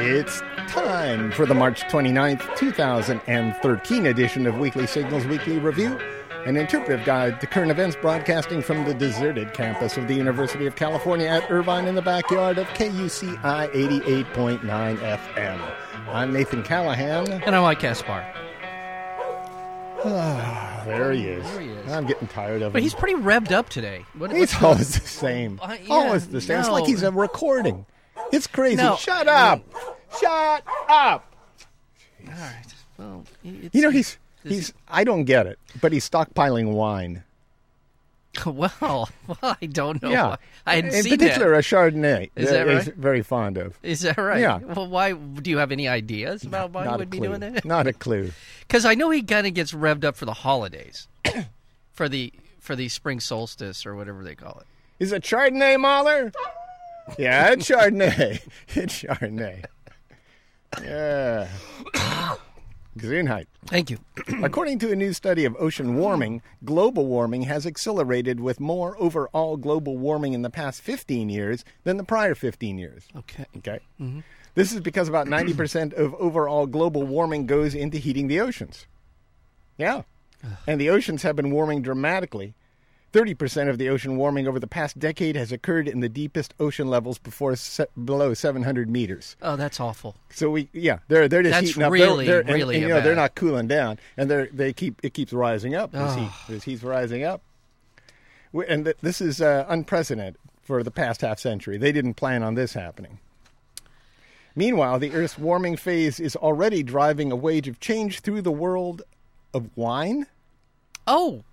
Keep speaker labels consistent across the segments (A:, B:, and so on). A: It's time for the March 29th, 2013 edition of Weekly Signals Weekly Review, an interpretive guide to current events broadcasting from the deserted campus of the University of California at Irvine in the backyard of KUCI 88.9 FM. I'm Nathan Callahan.
B: And I'm like Caspar.
A: There he is.
B: he is.
A: I'm getting tired of
B: But
A: him.
B: he's pretty revved up today. What,
A: He's
B: what's-
A: always the same.
B: Uh, yeah,
A: always the same. It's
B: no.
A: like he's a recording. It's crazy.
B: No.
A: Shut up. Shut up.
B: all right. Well, it's,
A: You know he's
B: Is
A: he's I don't get it, but he's stockpiling wine.
B: well, well, I don't know.
A: Yeah.
B: why. I hadn't
A: in
B: seen
A: particular
B: that.
A: a Chardonnay.
B: Is that
A: he's
B: right?
A: very fond of.
B: Is that right?
A: Yeah.
B: Well, why do you have any ideas about why he
A: Not a
B: would be
A: clue.
B: doing that?
A: Not a clue.
B: Because I know he kind of gets revved up for the holidays, for the for the spring solstice or whatever they call it.
A: Is it Chardonnay, Mahler? Yeah, it's Chardonnay. it's Chardonnay. Yeah. Gesundheit.
B: Thank you.
A: According to a new study of ocean warming, global warming has accelerated with more overall global warming in the past 15 years than the prior 15 years.
B: Okay.
A: Okay? This is because about 90% of overall global warming goes into heating the oceans. Yeah. And the oceans have been warming dramatically. 30% of the ocean warming over the past decade has occurred in the deepest ocean levels before se- below 700 meters.
B: Oh, that's awful.
A: So we, yeah, they're they're just
B: That's
A: heating up. They're-
B: really,
A: they're, and-
B: really
A: and, you know, they're
B: bad.
A: not cooling down, and they they keep it keeps rising up as heat as heat's rising up. We- And th- this is uh, unprecedented for the past half century. They didn't plan on this happening. Meanwhile, the Earth's warming phase is already driving a wave of change through the world of wine.
B: Oh,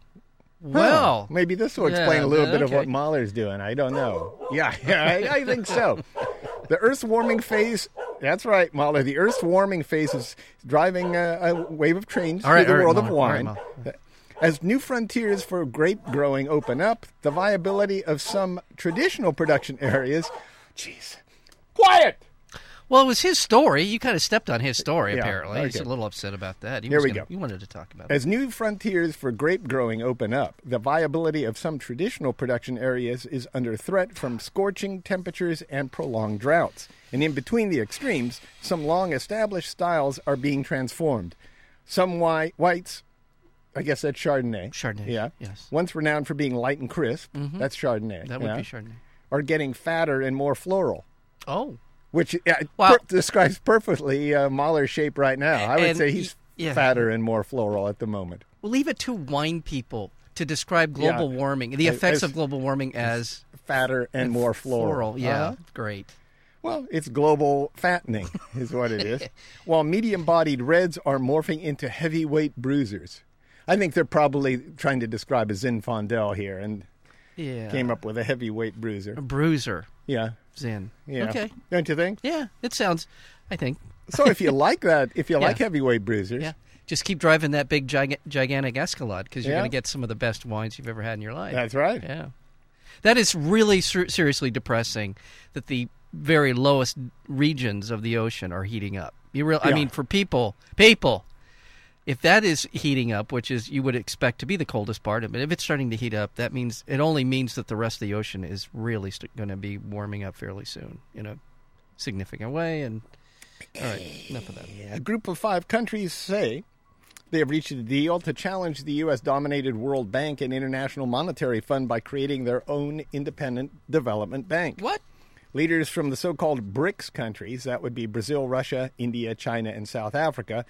B: well.
A: Huh. maybe this will explain a
B: Yeah,
A: little bit of
B: okay.
A: what Mahler's doing. I don't know. Yeah, yeah, I, I think so. The Earth's warming phase. That's right, Mahler. The Earth's warming phase is driving a, a wave of change
B: All right,
A: through the
B: all right,
A: world of
B: Mahler, all right,
A: wine. Uh, as new frontiers for grape growing open up, the viability of some traditional production areas. Jeez. Quiet!
B: Well, it was his story. You kind of stepped on his story.
A: Yeah,
B: apparently, he's a
A: okay.
B: little upset about that. He
A: Here
B: was
A: we
B: gonna-
A: go.
B: He wanted to talk about it.
A: As new frontiers for grape growing open up, the viability of some traditional production areas is under threat from scorching temperatures and prolonged droughts. And in between the extremes, some long established styles are being transformed. Some whi- whites, I guess that's Chardonnay.
B: Chardonnay,
A: Yeah.
B: yes. Mm-hmm.
A: Once renowned for being light and crisp, that's Chardonnay.
B: That would
A: yeah,
B: be Chardonnay.
A: Are getting fatter and more floral.
B: Oh,
A: Which uh,
B: Wow.
A: per- describes perfectly uh, Mahler's shape right now. I would
B: And
A: say
B: he-
A: he's
B: yeah.
A: fatter and more floral at the moment.
B: Well, leave it to wine people to describe global
A: Yeah.
B: warming, the effects
A: it's-
B: of global warming as
A: fatter and more floral.
B: floral. Yeah,
A: Uh-huh.
B: great.
A: well, it's global fattening, is what it is. While medium bodied reds are morphing into heavyweight bruisers. I think they're probably trying to describe a Zinfandel here and
B: Yeah,
A: came up with a heavyweight bruiser.
B: bruiser
A: Yeah.
B: Zen.
A: Yeah.
B: Okay.
A: Don't you think?
B: Yeah, it sounds. I think.
A: So if you like that, if you like heavyweight bruisers,
B: Yeah. Just keep driving that big giga- gigantic Escalade because you're
A: Yeah.
B: going to get some of the best wines you've ever had in your life.
A: that's right.
B: Yeah. That is really ser- seriously depressing that the very lowest regions of the ocean are heating up. You real I
A: Yeah.
B: mean for people, people if that is heating up, which is you would expect to be the coldest part, but if it's starting to heat up, that means it only means that the rest of the ocean is really st- going to be warming up fairly soon in a significant way. And all right, enough of that.
A: A group of five countries say they have reached a deal to challenge the U.S. dominated World Bank and International Monetary Fund by creating their own independent development bank.
B: What?
A: Leaders from the so called BRICS countries, that would be Brazil, Russia, India, China, and South Africa,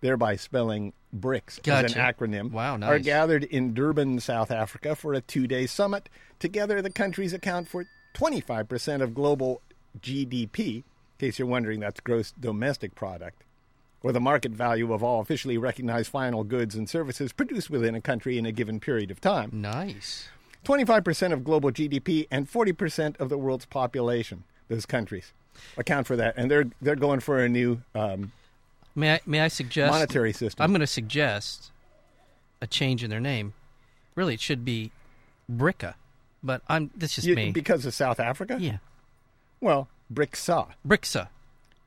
A: thereby spelling BRICS as
B: Gotcha.
A: an acronym,
B: Wow,
A: are
B: nice.
A: gathered in Durban, South Africa for a two day summit. Together, the countries account for 25% of global GDP. In case you're wondering, that's gross domestic product. Or the market value of all officially recognized final goods and services produced within a country in a given period of time.
B: Nice.
A: 25% of global GDP and 40% of the world's population, those countries account for that. And they're, they're going for a new um,
B: May I, may I suggest
A: monetary system.
B: I'm going to suggest a change in their name. Really, it should be Bricka, but I'm. This is
A: You-
B: me.
A: because of South Africa?
B: yeah,
A: Well, BRICSA.
B: Brixa.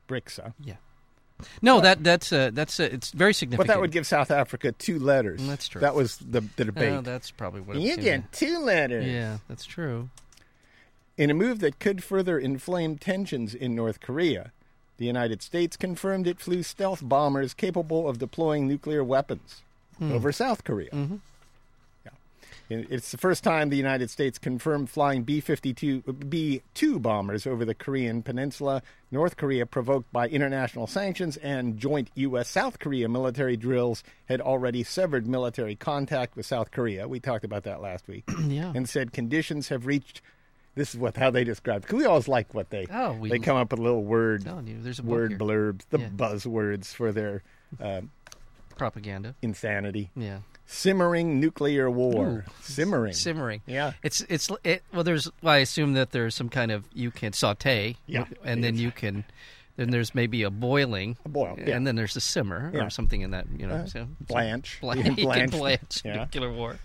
A: BRICSA.
B: Yeah. No, that that's uh, that's uh, it's very
A: But
B: significant.
A: that would give South Africa two letters.
B: Mm, That's true.
A: That was the, the debate.
B: Oh, that's probably what. it
A: you
B: was gonna
A: get two letters.
B: be. Yeah, that's true.
A: In a move that could further inflame tensions in North Korea, The United States confirmed it flew stealth bombers capable of deploying nuclear weapons
B: Hmm.
A: over South Korea. Yeah. It- It's the first time the United States confirmed flying B 52 B 2 bombers over the Korean peninsula, North Korea, provoked by international sanctions and joint U.S. South Korea military drills, had already severed military contact with South Korea. We talked about that last week.
B: Yeah.
A: And said conditions have reached. This is what how they describe. Because we always like what they
B: Oh, we-
A: they come up with little word
B: telling you, there's a book
A: word
B: here.
A: blurbs, the
B: Yeah.
A: buzzwords for their um,
B: propaganda.
A: insanity.
B: Yeah.
A: Simmering nuclear war. Simmering.
B: Simmering.
A: Yeah.
B: It's it's it, well. There's well, I assume that there's some kind of you can saute.
A: Yeah.
B: And then you can, then there's maybe a boiling. A
A: boil, yeah.
B: And then there's a simmer
A: Yeah. Uh,
B: or something in that. You know. so,
A: Blanche.
B: Bla-
A: You
B: you
A: can
B: can
A: blanch.
B: blanch
A: Yeah.
B: nuclear war.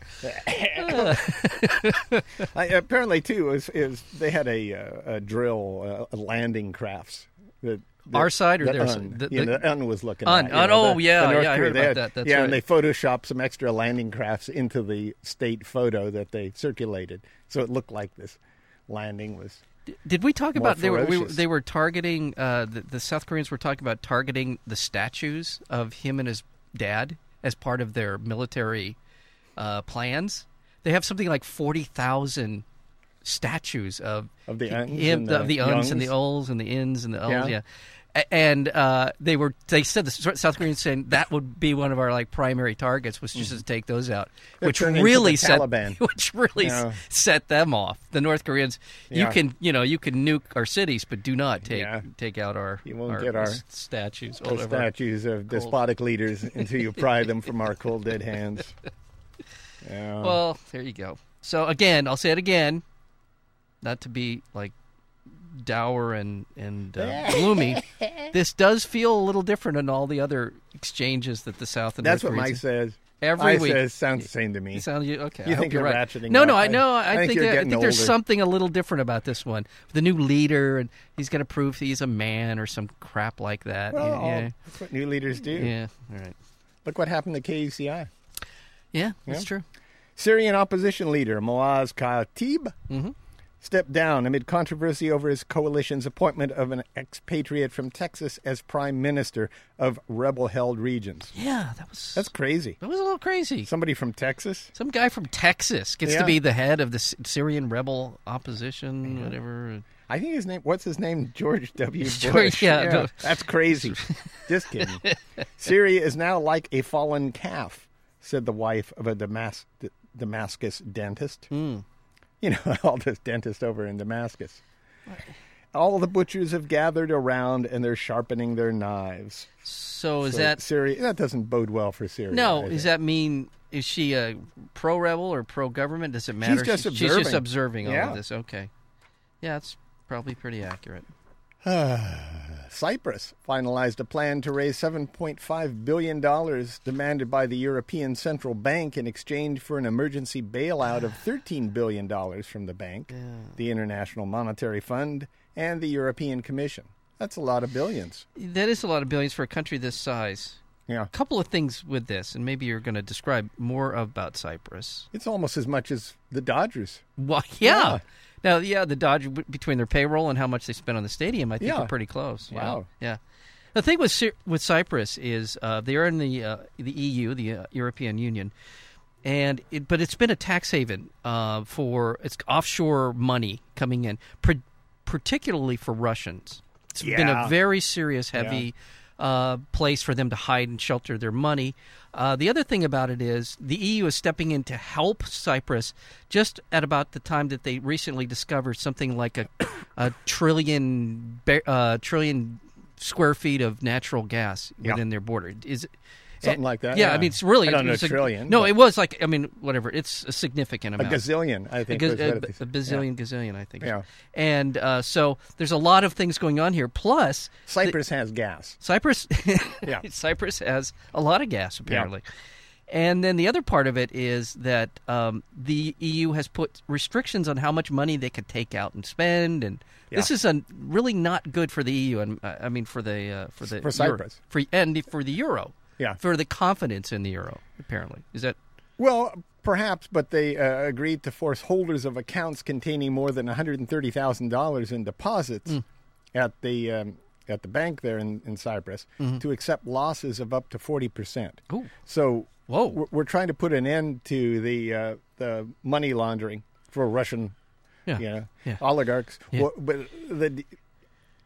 A: I, apparently, too, is is they had a uh, a drill uh, landing crafts. That, that-
B: Our side or
A: that
B: their
A: Un,
B: side? The-
A: yeah,
B: the-
A: that Un was looking.
B: Un,
A: at, you
B: Un,
A: know,
B: oh, yeah,
A: the North
B: yeah, I
A: Korea,
B: heard
A: they
B: about
A: had-
B: that, that's
A: yeah,
B: right.
A: and they photoshopped some extra landing crafts into the state photo that they circulated, so it looked like this landing was.
B: Did we talk about they were we, were-
A: ferocious.
B: they were targeting uh, the, the South Koreans were talking about targeting the statues of him and his dad as part of their military uh, plans. They have something like forty thousand statues of
A: Of the
B: hi-
A: Uns
B: him,
A: and
B: the,
A: the
B: of the uns and the
A: Youngs.
B: ols and the ins and the
A: Yeah.
B: ols. Yeah. A- And uh, they were they said the S- South Koreans saying that would be one of our like primary targets was just to take those out,
A: They're
B: which
A: turning Mm-hmm. into
B: really
A: the
B: set
A: Taliban.
B: which really s-
A: Yeah.
B: set them off. The North Koreans,
A: Yeah.
B: you can you know you can nuke our cities, but do not take
A: Yeah.
B: take out our
A: You won't
B: our
A: get our-
B: s- statues.
A: the
B: all over.
A: statues of despotic leaders until you pry them from our cold dead hands. Yeah.
B: Well, there you go. So again, I'll say it again, not to be like dour and and uh, gloomy. This does feel a little different than all the other exchanges that the South and
A: that's
B: North
A: what Mike says.
B: Koreans- Every
A: I
B: week.
A: says sounds the same to me.
B: You sound- you- okay.
A: You
B: I hope
A: think
B: you're
A: you're
B: right.
A: ratchening
B: No,
A: up.
B: no, I
A: I-
B: know.
A: I
B: I,
A: think
B: think,
A: you're
B: I,
A: getting
B: think there's
A: older.
B: something a little different about this one. The new leader, and he's going to prove he's a man or some crap like that.
A: Well, all-
B: yeah,
A: that's what new leaders do.
B: yeah, yeah. All right.
A: Look what happened to KUCI.
B: Yeah, that's
A: Yeah.
B: true.
A: Syrian opposition leader Moaz Khatib
B: Mhm.
A: stepped down amid controversy over his coalition's appointment of an expatriate from Texas as prime minister of rebel-held regions.
B: Yeah, that was
A: That's crazy.
B: that was a little crazy.
A: Somebody from Texas.
B: Some guy from Texas gets
A: Yeah.
B: to be the head of the S- Syrian rebel opposition, whatever.
A: I think his name. What's his name? George W. Bush.
B: George, yeah, no.
A: that's crazy. Just kidding. Syria is now like a fallen calf, said the wife of a Damas- D- Damascus dentist.
B: Hmm.
A: You know, all this dentist over in Damascus. All the butchers have gathered around and they're sharpening their knives.
B: So is
A: So
B: that
A: Syria? That doesn't bode well for Syria.
B: no?
A: I
B: Does
A: think.
B: that mean is she a pro rebel or pro government? Does it matter?
A: She's just
B: She's just
A: observing.
B: observing all
A: Yeah.
B: of this. Okay. Yeah, it's probably pretty accurate.
A: Cyprus finalized a plan to raise $7.5 billion demanded by the European Central Bank in exchange for an emergency bailout of $13 billion from the bank, the International Monetary Fund, and the European Commission. That's a lot of billions.
B: That is a lot of billions for a country this size.
A: Yeah.
B: A couple of things with this, and maybe you're going to describe more about Cyprus.
A: It's almost as much as the Dodgers.
B: Well, yeah. Now, yeah, the Dodge w- between their payroll and how much they spent on the stadium, I think,
A: Yeah.
B: are pretty close. Yeah.
A: Wow.
B: Yeah. The thing with Cyr- with Cyprus is uh, they are in the uh, the EU, the uh, European Union, and it, but it's been a tax haven uh, for it's offshore money coming in, pr- particularly for Russians. It's been
A: Yeah.
B: a very serious, heavy uh, place for them to hide and shelter their money. Uh, the other thing about it is the EU is stepping in to help Cyprus just at about the time that they recently discovered something like a, a trillion ba- uh, trillion square feet of natural gas
A: Yeah.
B: within their border. Is it-
A: Something like that,
B: Yeah,
A: yeah.
B: I mean it's really
A: I don't know
B: it's a-
A: trillion,
B: No,
A: but-
B: it was like I mean whatever. It's a significant
A: A
B: amount.
A: gazillion, I
B: A,
A: think.
B: gaz-
A: was
B: a,
A: what it-
B: a bazillion, gazillion, I think.
A: Yeah.
B: And uh, so there's a lot of things going on here. Plus,
A: Yeah. Cyprus has gas.
B: Cyprus,
A: Yeah.
B: Cyprus has a lot of gas apparently, and then the other part of it is that um, the EU has put restrictions on how much money they could take out and spend, and this
A: Yeah.
B: is a really not good for the EU, and uh, I mean for the uh, for the
A: For
B: Euro-
A: Cyprus.
B: for and for the euro,
A: Yeah.
B: for the confidence in the euro. Apparently, is that
A: Well, perhaps, but they uh, agreed to force holders of
B: Mm.
A: accounts containing more than $130,000 in deposits at the um, at the bank there in, in Cyprus to accept losses of up to 40%.
B: Mm-hmm. Ooh.
A: So
B: Whoa.
A: we're, we're trying to put an end to the uh, the money laundering for Russian
B: Yeah.
A: you know,
B: Yeah.
A: oligarchs.
B: Yeah.
A: Well, but the,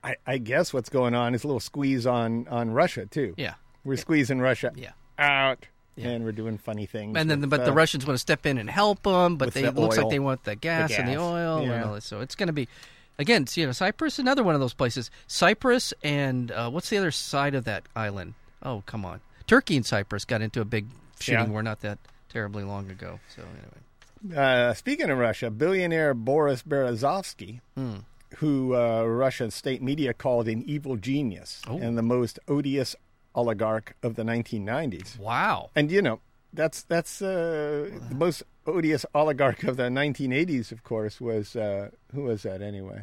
A: I, I guess what's going on is a little squeeze on, on Russia, too.
B: Yeah.
A: We're squeezing Russia
B: Yeah.
A: out,
B: Yeah.
A: and we're doing funny things.
B: And then,
A: with,
B: but the
A: uh,
B: Russians want to step in and help them, but
A: with
B: they
A: the
B: it looks
A: oil.
B: like they want the gas, and the
A: gas.
B: oil
A: Yeah.
B: and all this. So it's going to be, again, you know, Cyprus, another one of those places. Cyprus and uh, what's the other side of that island? Oh, come on, Turkey and Cyprus got into a big shooting
A: Yeah.
B: war not that terribly long ago. So anyway,
A: Uh, speaking of Russia, billionaire Boris Berezovsky,
B: Hmm.
A: who uh, Russian state media called an evil genius
B: Oh.
A: and the most odious oligarch of the 1990s.
B: wow,
A: And you know, that's that's uh, the most odious oligarch of the 1980s. Of course, was uh, who was that anyway?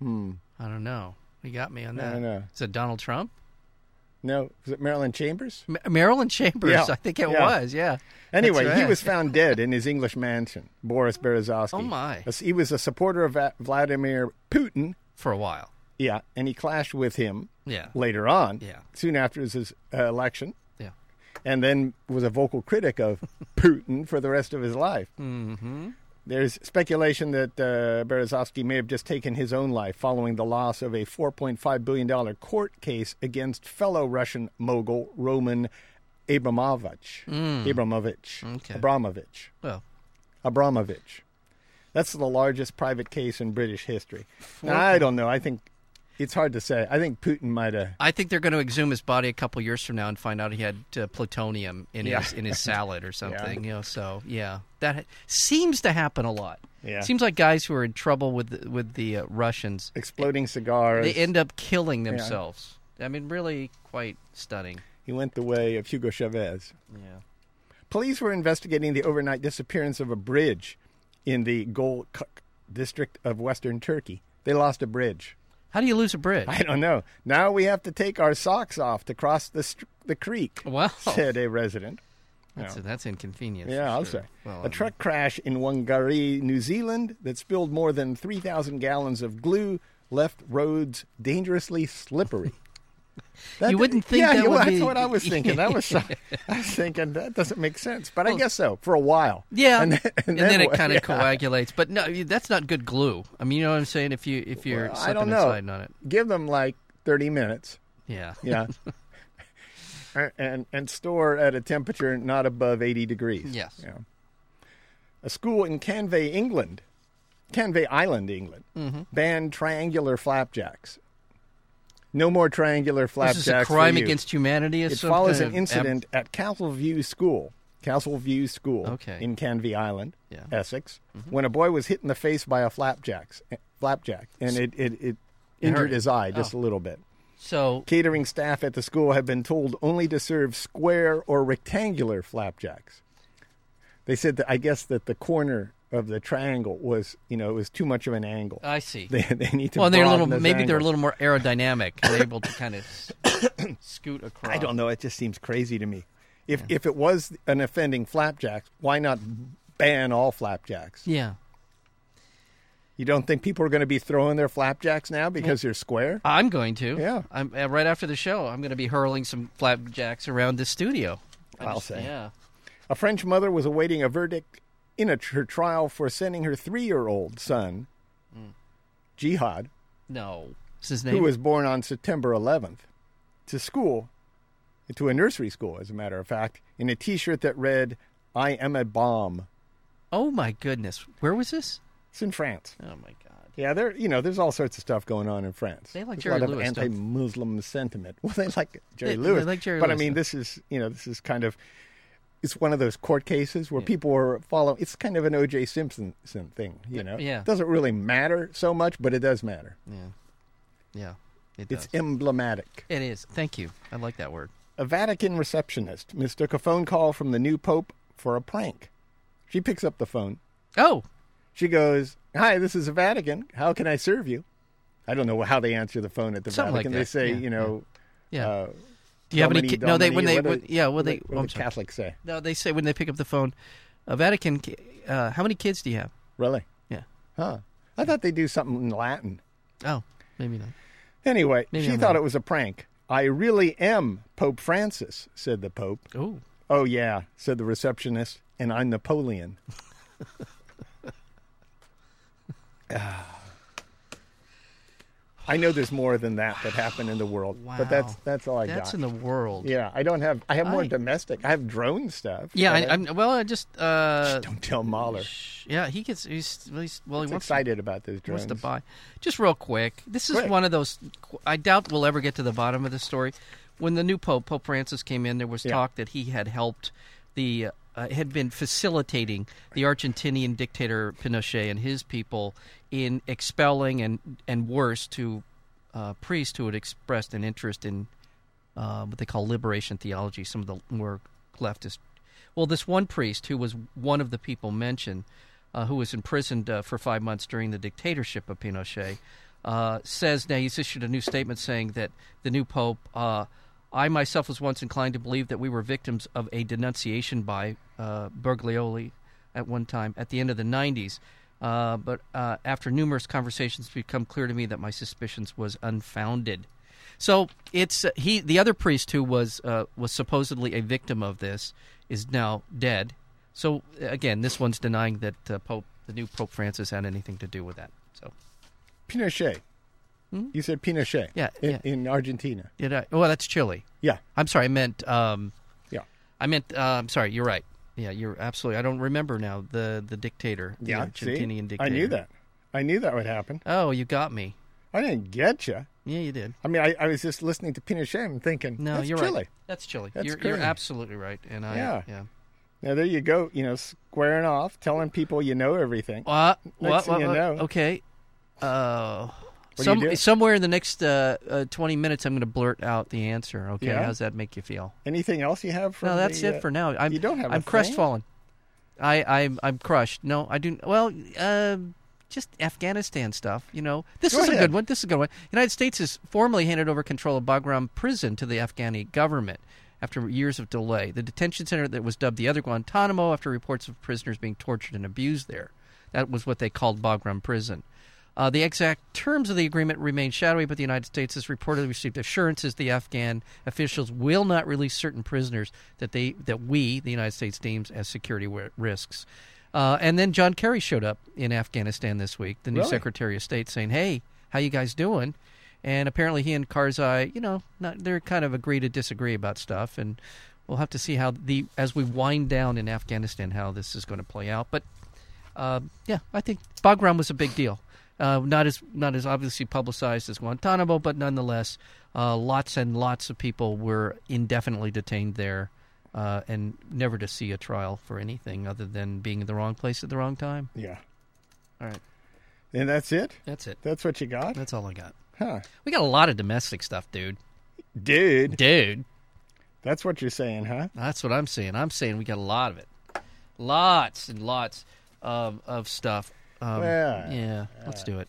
B: I don't know, you got me on
A: I
B: that.
A: don't know.
B: Is it Donald Trump?
A: No, was it Marilyn Chambers?
B: Ma- Marilyn Chambers,
A: Yeah.
B: I think it
A: Yeah.
B: was. Yeah.
A: Anyway,
B: That's
A: he
B: right.
A: was found dead in his English mansion. Boris Berezovsky.
B: Oh, my.
A: He was a supporter of Va- Vladimir Putin.
B: for a while.
A: Yeah, and he clashed with him
B: Yeah.
A: later on.
B: Yeah.
A: soon after his uh, election,
B: Yeah.
A: and then was a vocal critic of Putin for the rest of his life. Mm-hmm. There's speculation that uh, Berezovsky may have just taken his own life following the loss of a $4.5 billion court case against fellow Russian mogul Roman Abramovich. Abramovich.
B: Okay.
A: Abramovich.
B: Well,
A: Abramovich. That's the largest private case in British history. Now, I don't know. I think it's hard to say. I think Putin might have.
B: I think they're going to exhume his body a couple years from now and find out he had uh, plutonium in
A: Yeah.
B: his in his salad or something. You know, so yeah, that ha- seems to happen a lot.
A: Yeah.
B: seems like guys who are in trouble with the, with the uh, Russians,
A: Exploding cigars.
B: they end up killing themselves. I mean, really quite stunning.
A: He went the way of Hugo Chavez.
B: Yeah.
A: Police were investigating the overnight disappearance of a bridge in the Golkuk district of western Turkey. They lost a bridge.
B: How do you lose a bridge?
A: I don't know. Now we have to take our socks off to cross the, str- the creek,
B: Wow.
A: said a resident.
B: That's, that's inconvenient.
A: Yeah, I'll say. a truck crash in Whangarei, New Zealand, that spilled more than 3,000 gallons of glue left roads dangerously slippery. That-
B: You wouldn't think
A: yeah,
B: that
A: you-
B: would
A: that's
B: be-
A: what I was thinking. That was so, I was thinking that doesn't make sense, but I guess so for a while.
B: Yeah,
A: and
B: and
A: then,
B: then, it kind of coagulates, but no, that's not good glue. I mean, you know what I'm saying? If you if you're
A: Well, I
B: slipping
A: don't
B: and
A: know.
B: sliding on it,
A: give them like 30 minutes.
B: yeah,
A: Yeah. And- and and store at a temperature not above 80 degrees.
B: Yes.
A: Yeah. A school in Canvey, England, Canvey Island, England,
B: Mm-hmm.
A: banned triangular flapjacks. No more triangular flapjacks.
B: This is a
A: for
B: crime
A: you.
B: against humanity.
A: It follows an incident at Castle View School, Castle View School
B: Okay.
A: in Canvey Island,
B: Yeah. Mm-hmm.
A: Essex, when a boy was hit in the face by a flapjacks, eh, flapjack, and it, it, it injured
B: hurt. Oh.
A: his eye just a little bit.
B: so
A: Catering staff at the school have been told only to serve square or rectangular flapjacks. They said that I guess that the corner of the triangle was, you know, it was too much of an angle.
B: I see.
A: They, they need to.
B: well, and they're a
A: broaden
B: little.
A: those
B: Maybe they're a
A: angles.
B: little more aerodynamic. they're able to kind of scoot across.
A: I don't know. It just seems crazy to me. If if it was an offending flapjack, why not ban all flapjacks?
B: Yeah,
A: You don't think people are going to be throwing their flapjacks now because they're square?
B: I'm going to.
A: Yeah.
B: I'm uh, right after the show. I'm going to be hurling some flapjacks around the studio. I
A: I'll
B: just-
A: say.
B: Yeah.
A: A French mother was awaiting a verdict in a, her trial for sending her three-year-old son, Jihad,
B: No. What's his
A: who
B: name?
A: was born on September 11th, to school, to a nursery school, as a matter of fact, in a t shirt that read, I am a bomb.
B: oh my goodness. Where was this?
A: It's in France.
B: Oh my god.
A: Yeah, there. You know, there's all sorts of stuff going on in France.
B: They like
A: There's a lot
B: Jerry Lewis,
A: of
B: don't they?
A: anti-Muslim sentiment. Well, they like Jerry
B: They- they
A: Lewis.
B: like Jerry
A: but I
B: Lewis,
A: mean, this is you know, this is kind of it's one of those court cases where people are following. It's kind of an O.J. Simpson Simpson thing. You know,
B: yeah.
A: doesn't really matter so much, but it does matter.
B: Yeah. Yeah. It does.
A: It's emblematic.
B: it is. Thank you. I like that word.
A: A Vatican receptionist mistook a phone call from the new pope for a prank. She picks up the phone.
B: Oh.
A: She goes, "Hi, this is the Vatican. How can I serve you?" I don't know how they answer the phone at the
B: Something like
A: Vatican. they
B: that.
A: say,
B: Yeah,
A: you know,
B: Yeah.
A: uh,
B: Do you have any?
A: Domini,
B: Ki- no, they when
A: Domini,
B: they
A: what do-
B: when, yeah. Well,
A: what do-
B: they.
A: what
B: oh,
A: do
B: I'm
A: the
B: sorry.
A: Catholics say
B: No, they say when they pick up the phone, a Vatican. ki- Uh, how many kids do you have?
A: really?
B: Yeah.
A: Huh? I thought they do something in Latin.
B: Oh, maybe not.
A: Anyway,
B: Maybe
A: she
B: I'm
A: thought
B: wrong.
A: it was a prank. I really am Pope Francis, said the Pope.
B: Oh,
A: Oh, yeah, said the receptionist, and I'm Napoleon. Ah. I know there's more than that that happened in the world,
B: wow.
A: but that's that's all I
B: That's
A: got.
B: in the world.
A: yeah, I don't have. I have more
B: I-
A: domestic. I have drone stuff.
B: Yeah,
A: but
B: I, I'm, well, I just uh,
A: don't tell Mahler.
B: sh- yeah, he gets he's, well, he's well, he
A: He's
B: wants
A: excited about those drones.
B: wants to buy. Just real quick, this is
A: Quick.
B: one of those. I doubt we'll ever get to the bottom of this story. When the new pope, Pope Francis, came in, there was
A: Yeah.
B: talk that he had helped the uh, had been facilitating the Argentinian dictator Pinochet and his people in expelling and and worse to uh, priests who had expressed an interest in uh, what they call liberation theology. Some of the more leftist. Well, this one priest who was one of the people mentioned, uh, who was imprisoned uh, for five months during the dictatorship of Pinochet, uh, says now he's issued a new statement saying that the new pope. Uh, I myself was once inclined to believe that we were victims of a denunciation by uh, Berglioli at one time at the end of the 90s. Uh, but uh, after numerous conversations, it's become clear to me that my suspicions was unfounded. So it's uh, he. The other priest who was uh, was supposedly a victim of this is now dead. So uh, again, this one's denying that uh, Pope, the new Pope Francis, had anything to do with that. So
A: Pinochet. You said Pinochet.
B: Hmm? Yeah,
A: in,
B: yeah.
A: in Argentina.
B: did I? Well, that's Chile.
A: Yeah,
B: I'm sorry. I meant. Um,
A: yeah,
B: I meant. Uh, I'm sorry. You're right. Yeah, you're absolutely. I don't remember now the the dictator, the
A: yeah. see?
B: Argentinian dictator.
A: I knew that. I knew that would happen.
B: Oh, you got me.
A: I didn't get you.
B: Yeah, you did.
A: I mean, I, I was just listening to Pinochet and thinking,
B: No,
A: that's
B: you're
A: Chile.
B: right. That's Chile.
A: That's
B: you're, you're
A: correct.
B: absolutely right. And I
A: Yeah.
B: yeah.
A: Now there you go, you know, squaring off, telling people you know everything.
B: What?
A: Next
B: What?
A: thing
B: What?
A: you know.
B: Okay. Uh,
A: do you
B: some-
A: do?
B: somewhere in the next uh, uh, 20 minutes, I'm going to blurt out the answer. Okay.
A: Yeah?
B: How's that make you feel?
A: Anything else you have? From
B: no, that's
A: the,
B: it
A: uh,
B: for now. I'm,
A: you don't have a
B: I'm
A: thing?
B: crestfallen. I, I'm, I'm crushed. No, I do. Well, uh, just Afghanistan stuff, you know. This
A: Go
B: is a
A: ahead.
B: good one. This is a good one. The United States has formally handed over control of Bagram prison to the Afghani government after years of delay. The detention center that was dubbed the other Guantanamo after reports of prisoners being tortured and abused there. That was what they called Bagram prison. Uh, the exact terms of the agreement remain shadowy, but the United States has reportedly received assurances the Afghan officials will not release certain prisoners that they that we, the United States, deems as security wi- risks. Uh, and then John Kerry showed up in Afghanistan this week, the new
A: Really?
B: Secretary of State, saying, "Hey, how you guys doing?" And apparently, he and Karzai, you know, not, they're kind of agree to disagree about stuff, and we'll have to see how the as we wind down in Afghanistan how this is going to play out. But uh, yeah, I think Bagram was a big deal. Uh, not as not as obviously publicized as Guantanamo, but nonetheless, uh, lots and lots of people were indefinitely detained there, uh, and never to see a trial for anything other than being in the wrong place at the wrong time.
A: Yeah,
B: All right,
A: and that's it.
B: that's it.
A: That's what you got,
B: That's all I got.
A: huh,
B: We got a lot of domestic stuff, dude.
A: dude?
B: Dude,
A: That's what you're saying, huh?
B: that's what I'm saying. I'm saying we got a lot of it, lots and lots of of stuff. Um,
A: Well,
B: yeah, let's do it.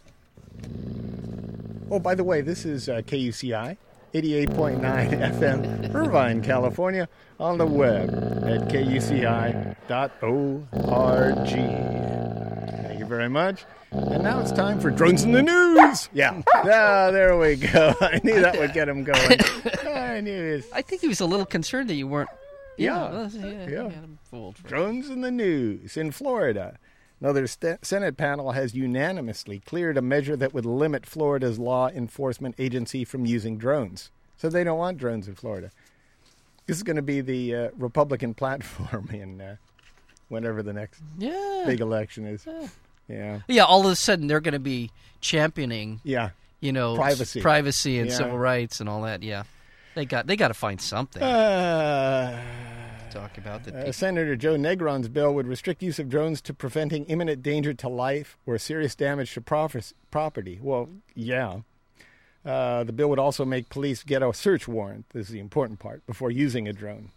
A: Oh, by the way, this is uh, KUCI, 88.9 FM, Irvine, California, on the web at kuci.org. Thank you very much. And now it's time for Drones in the News. Yeah. Ah, there we go. I knew that would get him going. I knew it.
B: I think he was a little concerned that you weren't.
A: Yeah.
B: well, yeah,
A: Yeah.
B: I'm fooled. For
A: Drones in the news in Florida. Another st- Senate panel has unanimously cleared a measure that would limit Florida's law enforcement agency from using drones. So they don't want drones in Florida. This is going to be the uh, Republican platform in uh, whenever the next
B: yeah,
A: big election is. Yeah.
B: yeah. All of a sudden, they're going to be championing,
A: Yeah.
B: you know,
A: Privacy.
B: privacy, and
A: Yeah.
B: civil rights, and all that. Yeah, they got they got to find something
A: Uh,
B: to talk about. That
A: Uh,
B: people-
A: Senator Joe Negron's bill would restrict use of drones to preventing imminent danger to life or serious damage to profis- property. Well, yeah. Uh, the bill would also make police get a search warrant. This is the important part before using a drone.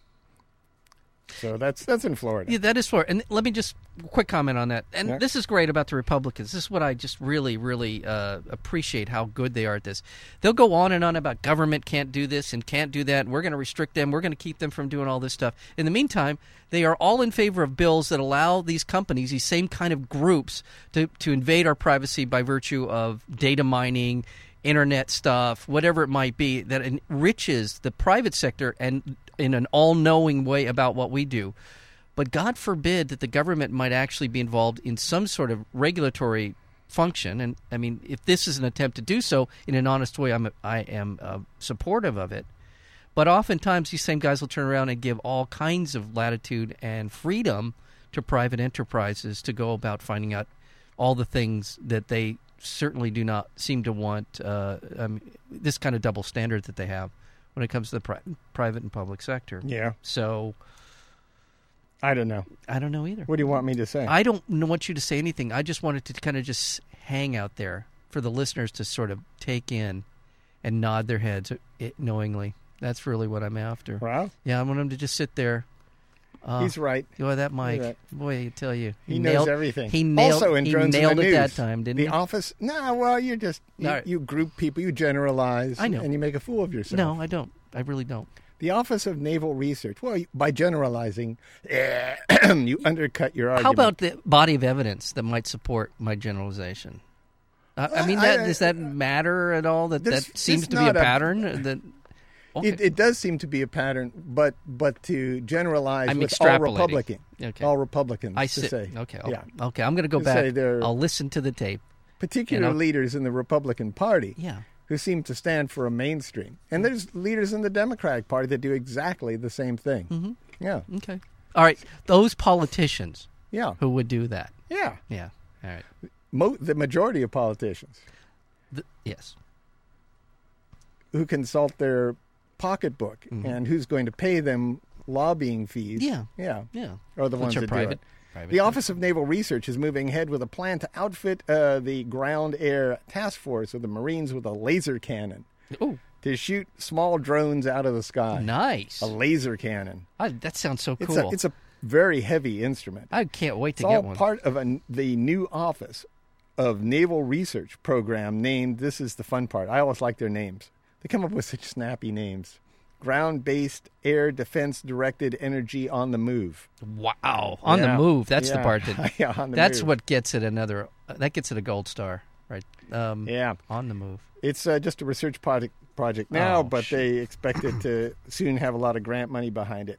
A: So that's that's in Florida.
B: Yeah, that is for. And let me just quick comment on that. And
A: Yeah.
B: this is great about the Republicans. This is what I just really, really uh, appreciate how good they are at this. They'll go on and on about government can't do this and can't do that. We're going to restrict them. We're going to keep them from doing all this stuff. In the meantime, they are all in favor of bills that allow these companies, these same kind of groups, to, to invade our privacy by virtue of data mining internet stuff, whatever it might be, that enriches the private sector and in an all knowing way about what we do. But God forbid that the government might actually be involved in some sort of regulatory function. And I mean, if this is an attempt to do so in an honest way, I'm, I am uh, supportive of it. But oftentimes, these same guys will turn around and give all kinds of latitude and freedom to private enterprises to go about finding out all the things that they certainly do not seem to want uh, um, this kind of double standard that they have when it comes to the pri- private and public sector.
A: Yeah.
B: So
A: I don't know.
B: I don't know either.
A: What do you want me to say?
B: I don't n- want you to say anything. I just wanted to kind of just hang out there for the listeners to sort of take in and nod their heads uh, it, knowingly. That's really what I'm after.
A: Wow.
B: Yeah, I want them to just sit there. Uh,
A: He's right.
B: Boy, that Mike.
A: You're right.
B: Boy, I tell you,
A: He, knows
B: nailed,
A: everything.
B: He nailed.
A: also in
B: he
A: drones in
B: nailed
A: the
B: it
A: news,
B: that time, didn't
A: the
B: he?
A: office. No, well, you're just you,
B: All right.
A: you group people, you generalize,
B: I know.
A: and you make a fool of yourself.
B: no, I don't. I really don't.
A: The Office of Naval Research. Well, you- by generalizing, you undercut your argument.
B: How about the body of evidence that might support my generalization? I, I mean,
A: I-
B: that,
A: I-
B: does that matter at all? That
A: This-
B: that seems
A: this
B: to be a
A: not a-
B: pattern. that okay.
A: It, it does seem to be a pattern, but but to generalize
B: I'm
A: with all
B: extrapolating.
A: Republican,
B: Okay.
A: all Republicans.
B: I
A: to
B: sit.
A: say,
B: Okay,
A: yeah,
B: I'll- okay. I'm going to go
A: To say
B: back.
A: they're-
B: I'll listen to the tape.
A: particular
B: You know?
A: leaders in the Republican Party,
B: Yeah.
A: who seem to stand for a mainstream, and there's leaders in the Democratic Party that do exactly the same thing. Mm-hmm. Yeah,
B: Okay. All right. Those politicians
A: yeah,
B: who would do that.
A: yeah.
B: Yeah. All right.
A: Mo- the majority of politicians
B: Th- yes.
A: who consult their pocketbook and who's going to pay them lobbying fees.
B: Mm-hmm. Yeah.
A: yeah,
B: Yeah.
A: Are the
B: Which
A: ones
B: are
A: that do
B: private.
A: it.
B: Private.
A: The Office of Naval Research is moving ahead with a plan to outfit uh, the Ground Air Task Force of the Marines with a laser cannon
B: Oh,
A: to shoot small drones out of the sky.
B: nice.
A: A laser cannon.
B: I, that sounds so
A: It's
B: cool.
A: a it's a very heavy instrument.
B: I can't wait to
A: it's
B: get
A: all
B: one.
A: part of a, the new Office of Naval Research program named. This is the fun part. I always like their names. They come up with such snappy names. Ground based air defense directed energy on the move.
B: Wow, on
A: Yeah.
B: the move. That's the
A: Yeah.
B: part that.
A: Yeah, on the
B: that's
A: move.
B: what gets it another. That gets it a gold star, right? Um,
A: Yeah.
B: on the move.
A: It's uh, just a research project project now,
B: Oh,
A: but
B: shit.
A: they expect it to soon have a lot of grant money behind it.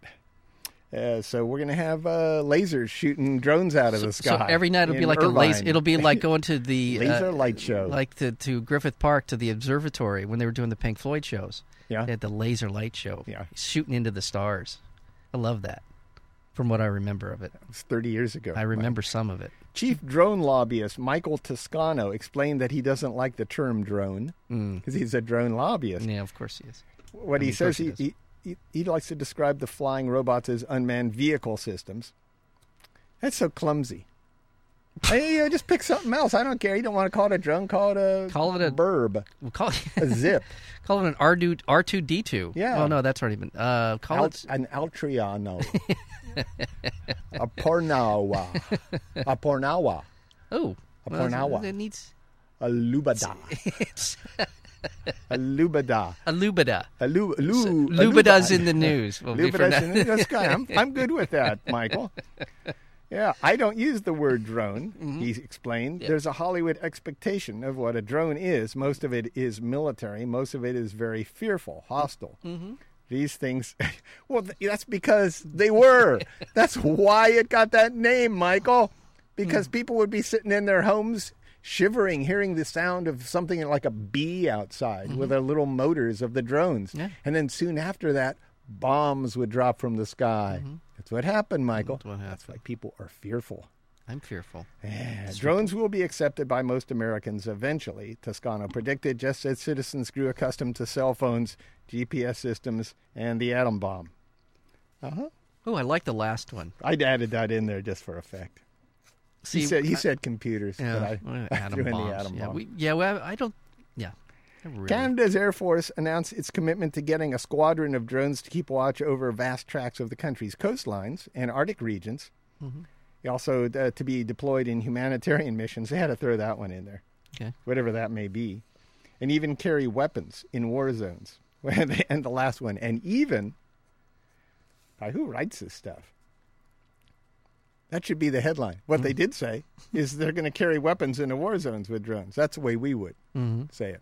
A: Uh, so we're gonna have uh, lasers shooting drones out of the sky.
B: So every night it'll be
A: in
B: like a laser.
A: Irvine.
B: It'll be like going to the
A: Laser
B: uh,
A: light show.
B: like to, to Griffith Park to the observatory when they were doing the Pink Floyd shows.
A: Yeah.
B: they had the laser light show.
A: Yeah.
B: shooting into the stars. I love that. From what I remember of it,
A: It's thirty years ago.
B: I remember some of it.
A: Chief drone lobbyist Michael Toscano explained that he doesn't like the term drone because he's a drone lobbyist.
B: Mm. Yeah, of course he is.
A: What
B: I
A: he
B: mean, of course
A: says
B: he
A: he,
B: does.
A: he, he he likes to describe the flying robots as unmanned vehicle systems. That's so clumsy. hey, you know, just pick something else. I don't care. You don't want to call it a drone. Call it a
B: Call it a-
A: burb,
B: We'll call
A: a zip,
B: call it an R two R two D two.
A: Yeah.
B: Oh no, that's already been. Uh, call
A: Al-
B: it
A: an altriano, a pornawa, a pornawa,
B: oh
A: A
B: well,
A: pornawa.
B: It needs
A: a lubada,
B: it's
A: a lubada.
B: a lubida.
A: A lu- lu- a
B: Lubida's
A: lubad.
B: in the news. Will be for
A: Lubida's
B: now.
A: in the that's good. I'm, I'm good with that, Michael. Yeah, I don't use the word drone, he explained. There's a Hollywood expectation of what a drone is. Most of it is military, most of it is very fearful, hostile. These things, well, th- that's because they were. that's why it got that name, Michael, because people would be sitting in their homes. Shivering, hearing the sound of something like a bee outside with the little motors of the drones.
B: Yeah.
A: And then soon after that, bombs would drop from the sky. That's what happened, Michael.
B: what
A: That's why people are fearful.
B: I'm fearful.
A: Yeah, drones will be accepted by most Americans eventually, Toscano predicted, just as citizens grew accustomed to cell phones, GPS systems, and the atom bomb.
B: Oh, I like the last one.
A: I added that in there just for effect.
B: See,
A: he said he said computers,
B: yeah,
A: but I,
B: well,
A: I
B: atom
A: threw in
B: bombs.
A: the atom
B: yeah,
A: bomb.
B: we, yeah. Well, I don't. Yeah, I really-
A: Canada's Air Force announced its commitment to getting a squadron of drones to keep watch over vast tracts of the country's coastlines and Arctic regions.
B: Mm-hmm.
A: Also, uh, to be deployed in humanitarian missions. They had to throw that one in there,
B: Okay.
A: whatever that may be. And even carry weapons in war zones. and the last one. And even, by who writes this stuff? That should be the headline. What
B: Mm-hmm.
A: they
B: Mm-hmm.
A: did say is they're going to carry weapons into war zones with drones. That's the way we would say it.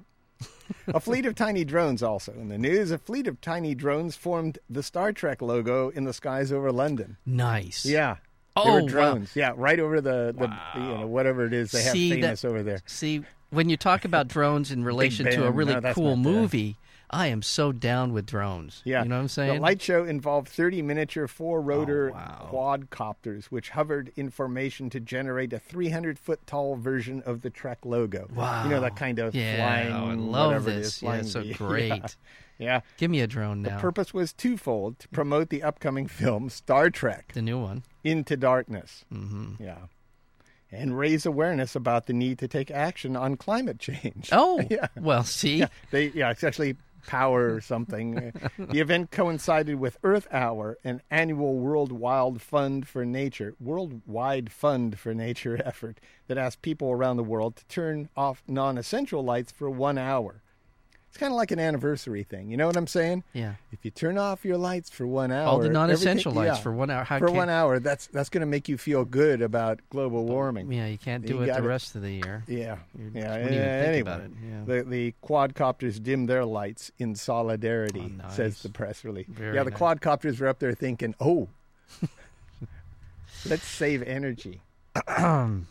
A: a fleet of tiny drones also in the news. A fleet of tiny drones formed the Star Trek logo in the skies over London.
B: Nice.
A: Yeah.
B: Oh,
A: They were
B: wow.
A: drones. Yeah, right over the, the you know whatever it is they have
B: See, that-
A: famous over there.
B: See, when you talk about drones in relation to a
A: Ben,
B: really
A: no, that's
B: cool
A: not the-
B: movie, I am so down with drones.
A: Yeah.
B: You know what I'm saying?
A: The light show involved 30 miniature four rotor
B: Oh, wow.
A: quadcopters, which hovered in formation to generate a 300 foot tall version of the Trek logo.
B: Wow.
A: You know, that kind of
B: yeah,
A: flying.
B: oh, I love
A: whatever it is,
B: this. Yeah,
A: flying
B: it's so
A: bee.
B: great.
A: yeah.
B: Give me a drone now.
A: Purpose was twofold to promote the upcoming film Star Trek
B: the new one.
A: Into Darkness. Mm-hmm. Yeah. And raise awareness about the need to take action on climate change.
B: Oh, well, see?
A: They yeah, it's actually power or something. the event coincided with Earth Hour, an annual World Wild Fund for Nature, worldwide fund for nature effort that asks people around the world to turn off non-essential lights for 1 hour. It's kind of like an anniversary thing. You know what I'm saying?
B: Yeah.
A: If you turn off your lights for 1 hour,
B: All the non-essential
A: everything-
B: lights
A: yeah,
B: for one hour. How
A: for
B: can-
A: 1 hour, that's that's going to make you feel good about global warming.
B: Yeah, you can't
A: You
B: do it
A: got
B: the
A: it.
B: rest of the year.
A: Yeah.
B: You
A: yeah.
B: just wouldn't even
A: uh,
B: think
A: anyway,
B: about it,
A: The, the quadcopters dimmed their lights in solidarity,
B: Oh, nice.
A: says the press release.
B: Very
A: yeah, the
B: nice.
A: quadcopters were up there thinking, oh, let's save energy.
B: Speaking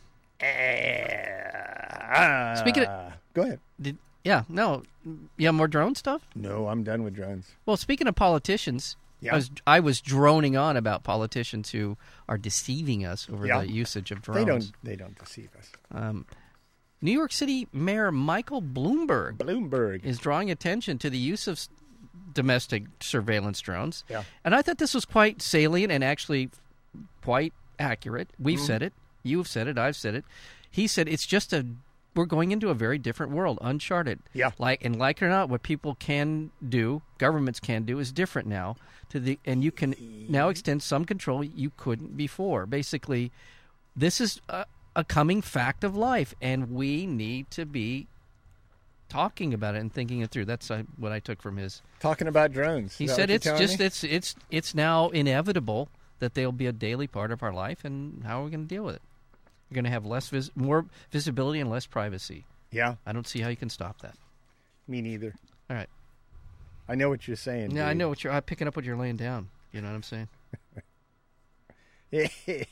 A: Speaking
B: of-
A: Go ahead.
B: Did, yeah, no. Yeah, more drone stuff?
A: No, I'm done with drones.
B: Well, speaking of politicians,
A: Yeah.
B: I was I was droning on about politicians who are deceiving us over
A: Yeah.
B: the usage of drones.
A: They don't, they don't deceive us.
B: Um, New York City Mayor Michael Bloomberg
A: Bloomberg.
B: is drawing attention to the use of s- domestic surveillance drones.
A: Yeah.
B: And I thought this was quite salient and actually quite accurate. We've
A: Mm-hmm.
B: said it, you've said it, I've said it. He said it's just a we're going into a very different world, uncharted.
A: Yeah.
B: Like and like it or not, what people can do, governments can do, is different now. To the and you can now extend some control you couldn't before. Basically, this is a, a coming fact of life, and we need to be talking about it and thinking it through. That's uh, what I took from his.
A: Talking about drones.
B: He
A: Is that what
B: said
A: you're
B: it's
A: telling
B: just
A: me?
B: it's it's it's now inevitable that they'll be a daily part of our life, and how are we going to deal with it? You're going to have less vis- more visibility and less privacy.
A: Yeah,
B: I don't see how you can stop that.
A: me neither.
B: All right.
A: I know what you're saying.
B: Yeah, I
A: dude.
B: know what you're I'm picking up what you're laying down. You know what I'm saying?
A: the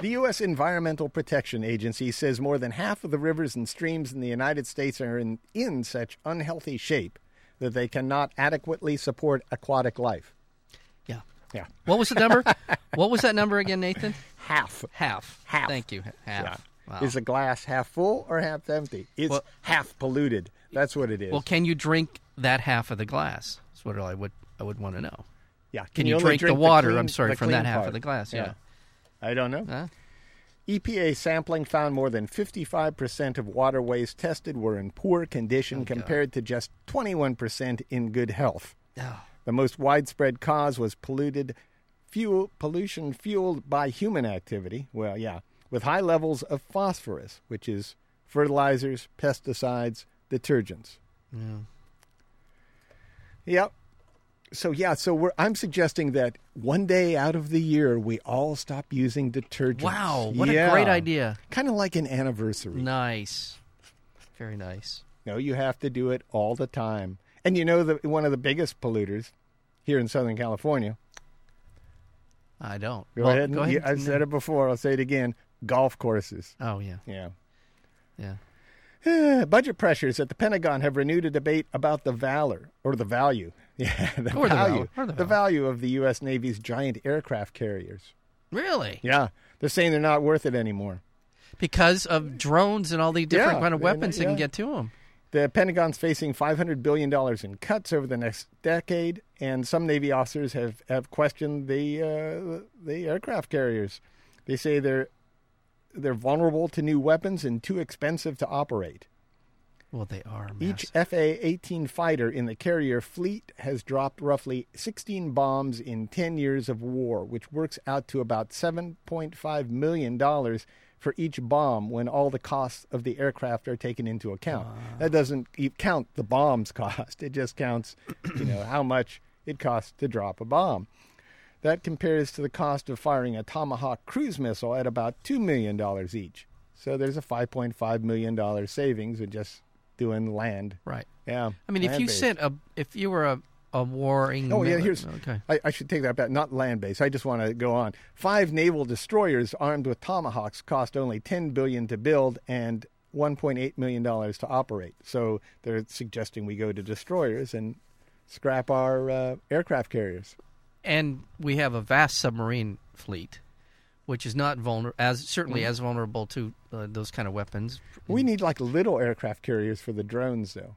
A: U.S. Environmental Protection Agency says more than half of the rivers and streams in the United States are in, in such unhealthy shape that they cannot adequately support aquatic life.
B: Yeah.
A: Yeah.
B: What was the number? what was that number again, Nathan?
A: Half.
B: Half.
A: Half.
B: Thank you. Half. Wow.
A: Is a glass half full or half empty? It's
B: Well-
A: half polluted. That's what it is.
B: well, can you drink that half of the glass? That's what I would I would want to know.
A: yeah.
B: Can
A: only
B: drink, the
A: the
B: water?
A: clean-
B: I'm sorry
A: the
B: from that
A: clean
B: half
A: part?
B: of the glass. Yeah. Uh,
A: I don't know.
B: Huh?
A: EPA E sampling found more than 55% of waterways tested were in poor condition compared to just 21% in good health.
B: Oh.
A: The most widespread cause was polluted fuel pollution fueled by human activity. Well, yeah, with high levels of phosphorus, which is fertilizers, pesticides, detergents. Yep. So yeah, so we're, I'm suggesting that one day out of the year we all stop using detergents.
B: Wow, what a great idea.
A: Kind of like an anniversary.
B: Nice. Very nice.
A: No, you have to do it all the time. And you know the one of the biggest polluters here in Southern California.
B: I don't.
A: Go
B: Well,
A: ahead. And,
B: Go ahead.
A: yeah, I've said it before. I'll say it again. Golf courses.
B: Oh yeah.
A: Yeah.
B: Yeah.
A: Budget pressures at the Pentagon have renewed a debate about the valor or the value. Yeah, the
B: Or the val-
A: value.
B: or the
A: the value of the U.S. Navy's giant aircraft carriers.
B: Really?
A: Yeah, they're saying they're not worth it anymore.
B: Because of drones and all the different
A: Yeah,
B: kind of
A: they-
B: weapons that can
A: yeah.
B: get to them.
A: The Pentagon's facing $500 billion in cuts over the next decade, and some Navy officers have, have questioned the, uh, the aircraft carriers. They say they're, they're vulnerable to new weapons and too expensive to operate.
B: Well, they are.
A: Each
B: massive.
A: FA 18 fighter in the carrier fleet has dropped roughly 16 bombs in 10 years of war, which works out to about $7.5 million for each bomb when all the costs of the aircraft are taken into account. That doesn't e- count the bomb's cost, it just counts you know, how much it costs to drop a bomb. That compares to the cost of firing a Tomahawk cruise missile at about $2 million each. So there's a $5.5 million savings in just doing land.
B: Right.
A: Yeah.
B: I mean, if you
A: land-based.
B: sent a, if you were a, a warring.
A: Oh, yeah,
B: mili-
A: here's.
B: Okay.
A: I, I should take that back. Not land based. I just want to go on. Five naval destroyers armed with tomahawks cost only $10 billion to build and $1.8 million to operate. So they're suggesting we go to destroyers and scrap our uh, aircraft carriers.
B: And we have a vast submarine fleet, which is not vulnerable, as certainly
A: Mm.
B: as vulnerable to uh, those kind of weapons.
A: We need like little aircraft carriers for the drones, though.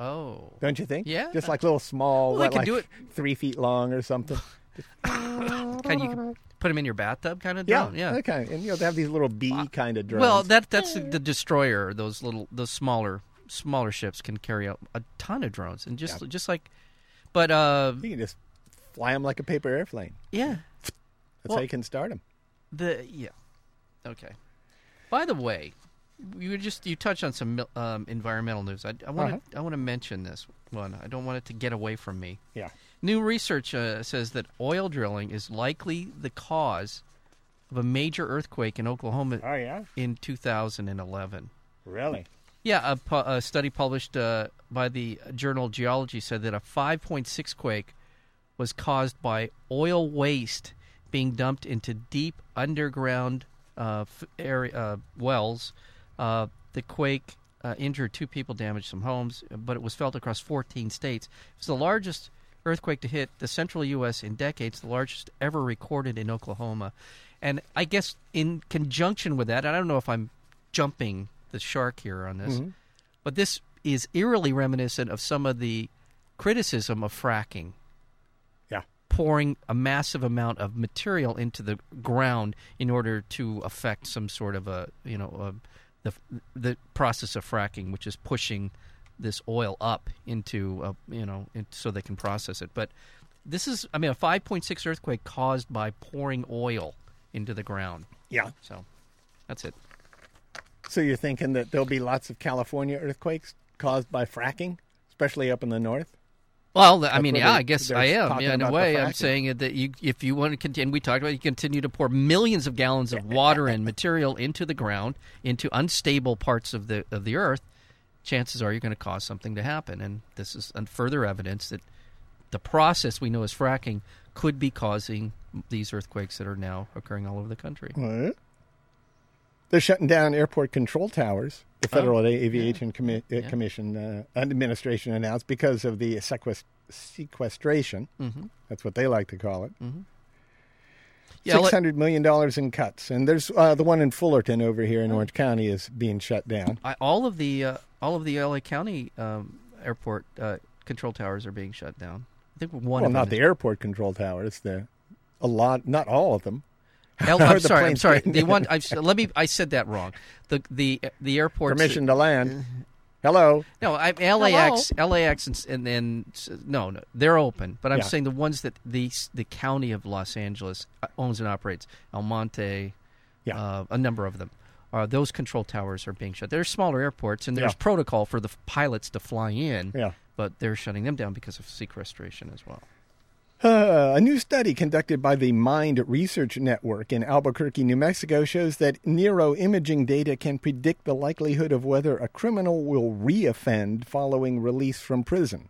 B: Oh.
A: Don't you think?
B: Yeah.
A: Just like little small,
B: Well, they
A: what,
B: could
A: like
B: do it-
A: three feet long or something.
B: Kind of, you can put them in your bathtub kind of
A: Yeah,
B: drone. Yeah.
A: that kind of- and you know they have these little bee kind of drones.
B: Well, that that's the, the destroyer. Those little, those smaller, smaller ships can carry out a ton of drones, and just just like, but uh,
A: you can just fly them like a paper airplane.
B: yeah,
A: That's
B: Well-
A: how you can start them.
B: the yeah, okay. By the way, you were just you touched on some mil- um, environmental news. I want to I want to mention this one. I don't want it to get away from me.
A: Yeah.
B: New research uh, says that oil drilling is likely the cause of a major earthquake in Oklahoma
A: Oh, yeah.
B: in 2011.
A: Really?
B: Yeah, a, pu- a study published uh, by the journal Geology said that a 5.6 quake was caused by oil waste being dumped into deep underground uh, f- area, uh, wells. Uh, the quake uh, injured two people, damaged some homes, but it was felt across 14 states. It was the largest earthquake to hit the central U.S. in decades, the largest ever recorded in Oklahoma. And I guess in conjunction with that, and I don't know if I'm jumping the shark here on this, but this is eerily reminiscent of some of the criticism of fracking
A: Yeah.
B: pouring a massive amount of material into the ground in order to affect some sort of a you know a, the the process of fracking, which is pushing this oil up into uh you know in, so they can process it. But this is I mean a 5.6 earthquake caused by pouring oil into the ground.
A: Yeah.
B: So that's it.
A: So you're thinking that there'll be lots of California earthquakes caused by fracking, especially up in the north?
B: Well, I mean,
A: where
B: yeah,
A: they-
B: I guess
A: they're
B: I am.
A: talking
B: Yeah, in a
A: about the
B: way, I'm
A: fracking.
B: saying that you, if you want to continue, we talked about you continue to pour millions of gallons of water and material into the ground, into unstable parts of the of the earth. Chances are you're going to cause something to happen, and this is an- further evidence that the process we know as fracking could be causing these earthquakes that are now occurring all over the country.
A: What? They're shutting down airport control towers. The Federal Aviation Commi- uh, Commission uh, administration announced because of the sequest- sequestration. Mm-hmm. That's what they like to call it.
B: Yeah, I'll
A: Six
B: let-
A: hundred million dollars in cuts, and there's uh, the one in Fullerton over here in Orange County is being shut down.
B: I, all of the uh, all of the LA County um, airport uh, control towers are being shut down. I think one
A: Well,
B: of them
A: not
B: is-
A: the airport control towers. The a lot, not all of them.
B: L-
A: How
B: I'm
A: are the
B: sorry. I'm
A: planes
B: sorry.
A: getting
B: The
A: in?
B: one. I let me. I said that wrong. The the the airport.
A: Permission to land. Hello.
B: No, I, LAX, LAX, and s- and then s- no, no, they're open. But I'm
A: Yeah.
B: saying the ones that the s- the county of Los Angeles uh, owns and operates, El Monte,
A: Yeah.
B: uh, a number of them. Are those control towers are being shut? They're smaller airports, and there's
A: Yeah.
B: protocol for the f- pilots to fly in.
A: Yeah.
B: But they're shutting them down because of sequestration as well.
A: Uh, a new study conducted by the Mind Research Network in Albuquerque, New Mexico, shows that neuroimaging data can predict the likelihood of whether a criminal will reoffend following release from prison.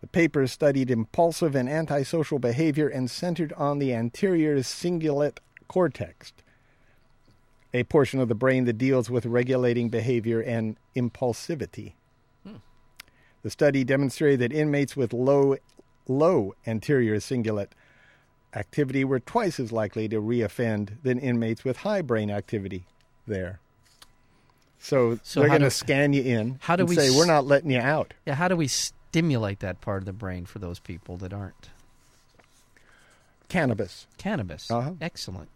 A: The paper studied impulsive and antisocial behavior and centered on the anterior cingulate cortex, a portion of the brain that deals with regulating behavior and impulsivity.
B: Hmm.
A: The study demonstrated that inmates with low, low anterior cingulate activity were twice as likely to reoffend than inmates with high brain activity there. So,
B: So
A: they're
B: how
A: going to
B: do-
A: scan you in
B: how do
A: and
B: we
A: say,
B: s-
A: we're not letting you out.
B: Yeah. How do we stimulate that part of the brain for those people that aren't?
A: Cannabis.
B: Cannabis.
A: Uh-huh.
B: Excellent.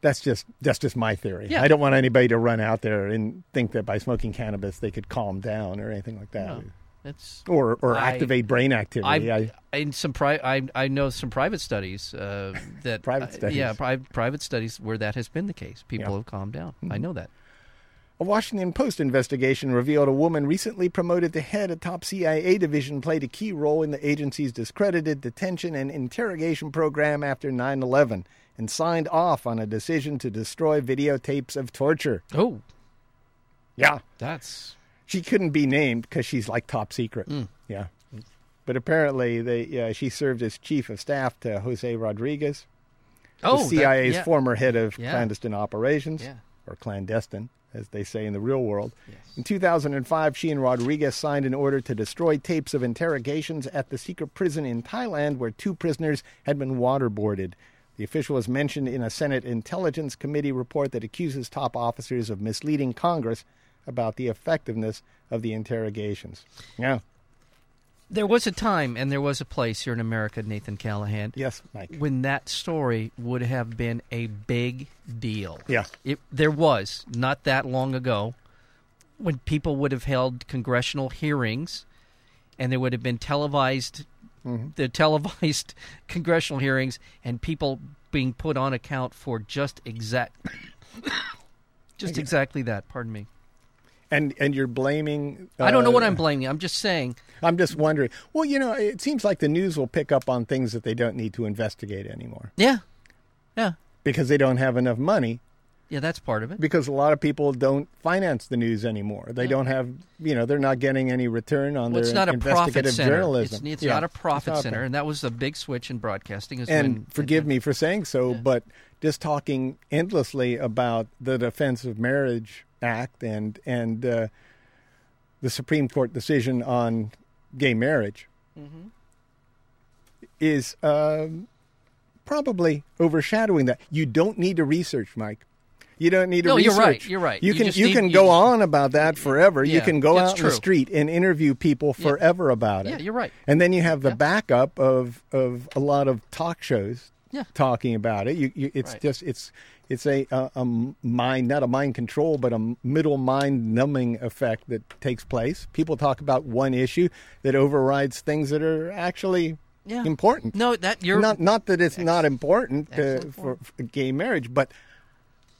A: That's just that's just my theory.
B: Yeah.
A: I don't want anybody to run out there and think that by smoking cannabis they could calm down or anything like that,
B: No, Oh, that's
A: or or
B: I-
A: activate brain activity.
B: I
A: I-
B: in some pri- I I know some private studies uh, that
A: Private
B: uh,
A: studies.
B: yeah, pri- private studies where that has been the case. People
A: Yeah. Mm-hmm.
B: have calmed down. I know that.
A: A Washington Post investigation revealed a woman recently promoted to head a top CIA division played a key role in the agency's discredited detention and interrogation program after 9 11 and signed off on a decision to destroy videotapes of torture.
B: Oh,
A: Yeah.
B: that's
A: She couldn't be named because she's like top secret. Yeah. But apparently, they, uh, she served as chief of staff to Jose Rodriguez,
B: Oh,
A: the
B: that-
A: CIA's
B: yeah.
A: former head of
B: Yeah.
A: clandestine operations,
B: Yeah.
A: or clandestine, as they say in the real world.
B: Yes.
A: In 2005, she and Rodriguez signed an order to destroy tapes of interrogations at the secret prison in Thailand where two prisoners had been waterboarded. The official was mentioned in a Senate Intelligence Committee report that accuses top officers of misleading Congress about the effectiveness of the interrogations. Yeah.
B: There was a time and there was a place here in America, Nathan Callahan,
A: Yes, Mike.
B: when that story would have been a big deal.
A: Yeah.
B: It, there was, not that long ago, when people would have held congressional hearings and there would have been televised,
A: Mm-hmm.
B: the televised congressional hearings and people being put on account for just exact, just exactly that. Pardon me.
A: And and you're blaming.
B: I don't know what
A: uh,
B: I'm blaming. I'm just saying
A: I'm just wondering. Well, you know, it seems like the news will pick up on things that they don't need to investigate anymore
B: Yeah. Yeah.
A: because they don't have enough money.
B: Yeah, that's part of it.
A: Because a lot of people don't finance the news anymore. They don't have, you know, they're not getting any return on their
B: Well, it's not a profit
A: investigative
B: center.
A: journalism.
B: It's, it's
A: Yeah.
B: not a profit
A: It's not
B: center,
A: that.
B: and that was a big switch in broadcasting. Is
A: And
B: when,
A: forgive me for saying so, but just talking endlessly about the Defense of Marriage Act and and uh, the Supreme Court decision on gay marriage
B: Mm-hmm.
A: is um, probably overshadowing that. You don't need to research, Mike. You don't need to
B: No, you're
A: research.
B: right, you're right.
A: You
B: You
A: can
B: just
A: you
B: need-
A: can
B: you
A: go
B: just-
A: on about that forever. you
B: Yeah,
A: can go
B: that's
A: out in the
B: true.
A: street and interview people forever about it.
B: Yeah, you're right.
A: And then you have the backup of of a lot of talk shows
B: Yeah.
A: talking about it. You, you it's
B: Right.
A: just it's it's a, a a mind not a mind control but a middle mind numbing effect that takes place. People talk about one issue that overrides things that are actually
B: Yeah.
A: important.
B: No, that you're
A: not not that it's not important uh,
B: excellent
A: for,
B: point.
A: for gay marriage, but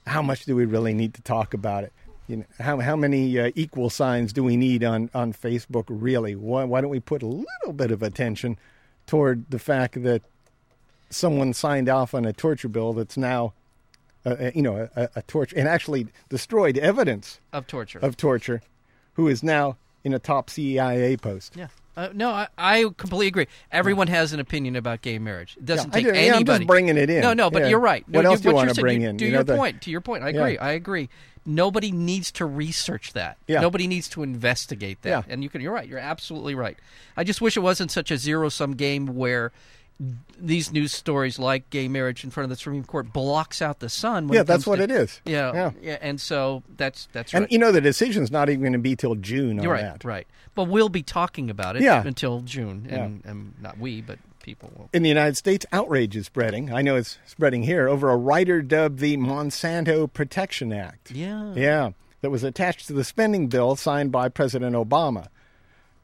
A: how much do we really need to talk about it? You know, how how many uh, equal signs do we need on on Facebook? Really, why why don't we put a little bit of attention toward the fact that someone signed off on a torture bill that's now, uh, uh, you know, a, a torture and actually destroyed evidence
B: of torture.
A: of torture, who is now in a top CIA post.
B: yeah. Uh, no, I, I completely agree. Everyone has an opinion about gay marriage. It doesn't
A: Yeah, I
B: take
A: do- yeah, I'm
B: anybody.
A: just bringing it in.
B: No, no, but
A: Yeah.
B: you're right. No,
A: What
B: you-
A: else do you
B: what
A: wanna
B: you're saying,
A: bring in?
B: Do
A: You know,
B: your
A: the-
B: point. To your point, I
A: Yeah.
B: agree. I agree. Nobody needs to research that.
A: Yeah.
B: Nobody needs to investigate that.
A: Yeah.
B: And you can. You're right. You're absolutely right. I just wish it wasn't such a zero sum game where these news stories like gay marriage in front of the Supreme Court blocks out the sun. When
A: Yeah,
B: it
A: that's
B: comes
A: what
B: to-
A: it is.
B: Yeah,
A: Yeah.
B: yeah, and so that's that's
A: And
B: right.
A: you know the decision's not even going to be till June on
B: You're right,
A: that.
B: right. But we'll be talking about it
A: Yeah.
B: until June, and, and not we, but people will.
A: in the United States, outrage is spreading. I know it's spreading here over a rider dubbed the Monsanto Protection Act.
B: Yeah.
A: Yeah, that was attached to the spending bill signed by President Obama.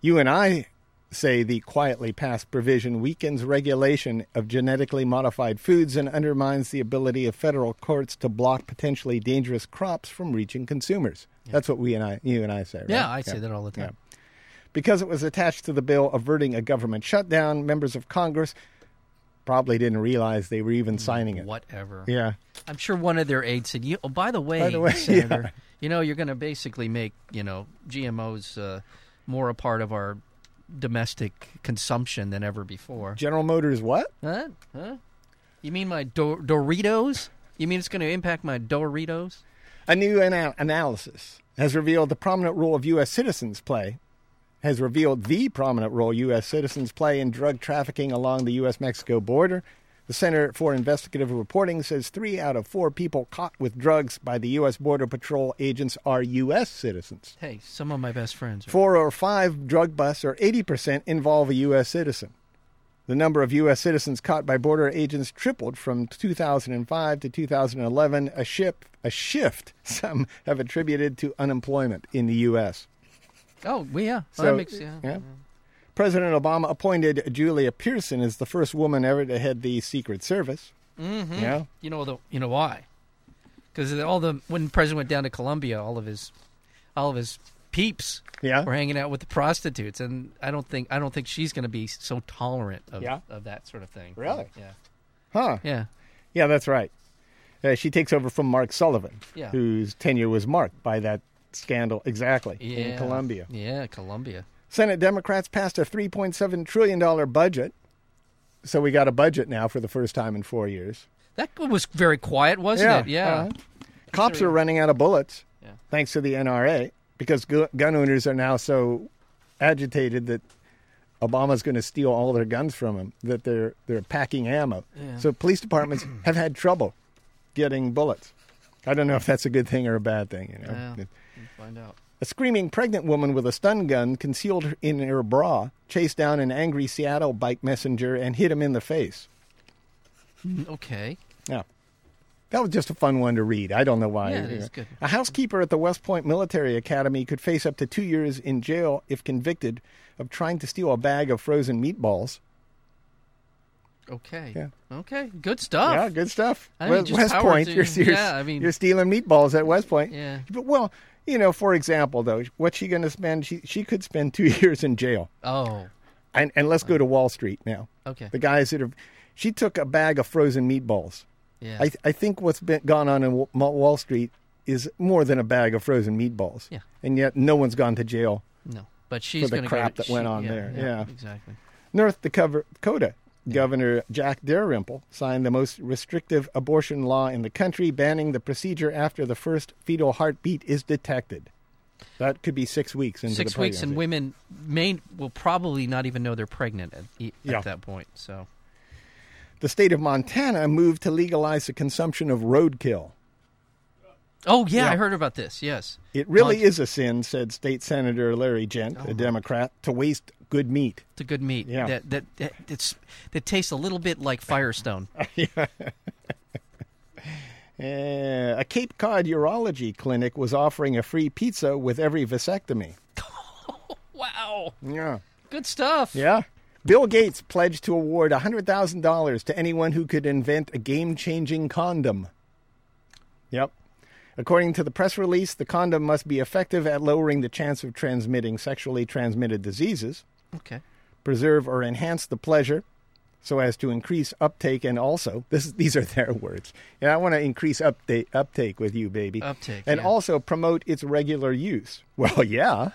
A: You and I say the quietly passed provision weakens regulation of genetically modified foods and undermines the ability of federal courts to block potentially dangerous crops from reaching consumers. That's what we and I, you and I say. Right?
B: Yeah, I say that all the time.
A: Because it was attached to the bill averting a government shutdown, members of Congress probably didn't realize they were even signing it.
B: Whatever.
A: Yeah.
B: I'm sure one of their aides said, "You, oh, by the way,
A: the way,
B: Senator, you know, you're going to basically make you know GMOs uh, more a part of our domestic consumption than ever before."
A: General Motors, what?
B: Huh? Huh? You mean my Dor- Doritos? You mean it's going to impact my Doritos?
A: A new ana- analysis has revealed the prominent role of U.S. citizens play, has revealed the prominent role U.S. citizens play in drug trafficking along the U.S. Mexico border. The Center for Investigative Reporting says three out of four people caught with drugs by the U.S. Border Patrol agents are U.S. citizens.
B: Hey, some of my best friends. Are-
A: Four or five drug busts, or 80%, involve a U.S. citizen. The number of U.S. citizens caught by border agents tripled from 2005 to 2011, a shift, a shift some have attributed to unemployment in the U.S.
B: oh, well, yeah. Well, that makes, yeah.
A: yeah. President Obama appointed Julia Pearson as the first woman ever to head the Secret Service. Mm-hmm. Yeah.
B: You know the you know why? Because all the when the president went down to Colombia, all of his all of his peeps
A: Yeah.
B: were hanging out with the prostitutes, and I don't think I don't think she's going to be so tolerant of
A: Yeah.
B: of that sort of thing.
A: Really?
B: Yeah.
A: Huh.
B: Yeah.
A: Yeah, that's right. Uh, she takes over from Mark Sullivan,
B: Yeah.
A: whose tenure was marked by that scandal, exactly, in
B: Yeah.
A: Colombia.
B: Yeah, Colombia.
A: Senate Democrats passed a $3.7 trillion budget. So we got a budget now for the first time in four years.
B: That was very quiet, wasn't it? Yeah.
A: uh-huh. Cops are running out of bullets
B: Yeah.
A: thanks to the NRA because gu- gun owners are now so agitated that Obama's going to steal all their guns from them that they're they're packing ammo. So police departments have had trouble getting bullets. I don't know if that's a good thing or a bad thing. You know,
B: Yeah. We'll Find out.
A: a screaming pregnant woman with a stun gun concealed in her bra chased down an angry Seattle bike messenger and hit him in the face.
B: Okay.
A: Yeah. That was just a fun one to read. I don't know why.
B: Yeah, it is good.
A: A housekeeper at the West Point Military Academy could face up to two years in jail if convicted of trying to steal a bag of frozen meatballs.
B: Okay.
A: Yeah.
B: Okay. Good stuff.
A: Yeah, good stuff.
B: Oh. I mean,
A: Well,
B: just
A: West
B: power
A: Point,
B: through-
A: you're, you're,
B: yeah, I mean-
A: you're stealing meatballs at West Point.
B: Yeah.
A: But, well, you know, for example, though, what's she going to spend? She, she could spend two years in jail.
B: Oh.
A: And, and let's go to Wall Street now.
B: Okay.
A: The guys that are, she took a bag of frozen meatballs.
B: Yeah.
A: I, th- I think what's been gone on in Wa- Ma- Wall Street is more than a bag of frozen meatballs.
B: Yeah.
A: And yet no one's gone to jail.
B: no. But she's
A: the
B: going to
A: crap
B: go
A: that went on
B: yeah,
A: there.
B: Yeah,
A: Yeah.
B: Exactly.
A: North Dakota Dakota Governor Jack Dalrymple signed the most restrictive abortion law in the country, banning the procedure after the first fetal heartbeat is detected. That could be six weeks into
B: Six
A: the
B: weeks, and
A: pregnancy.
B: women may will probably not even know they're pregnant at, e, at
A: Yeah.
B: that point. So.
A: the state of Montana moved to legalize the consumption of roadkill.
B: Oh yeah,
A: Yeah.
B: I heard about this. Yes.
A: It really
B: Mont-
A: is a sin, said State Senator Larry Gent, a Democrat, to waste good meat.
B: It's a good meat.
A: Yeah.
B: That that that, it's, that tastes a little bit like Firestone.
A: Uh, a Cape Cod urology clinic was offering a free pizza with every vasectomy.
B: wow.
A: Yeah.
B: Good stuff.
A: Yeah. Bill Gates pledged to award $100,000 to anyone who could invent a game changing condom. Yep. According to the press release, the condom must be effective at lowering the chance of transmitting sexually transmitted diseases,
B: Okay.
A: preserve or enhance the pleasure so as to increase uptake and also this is, these are their words and i want to increase update, uptake with you baby
B: Uptake,
A: and
B: yeah.
A: also promote its regular use well yeah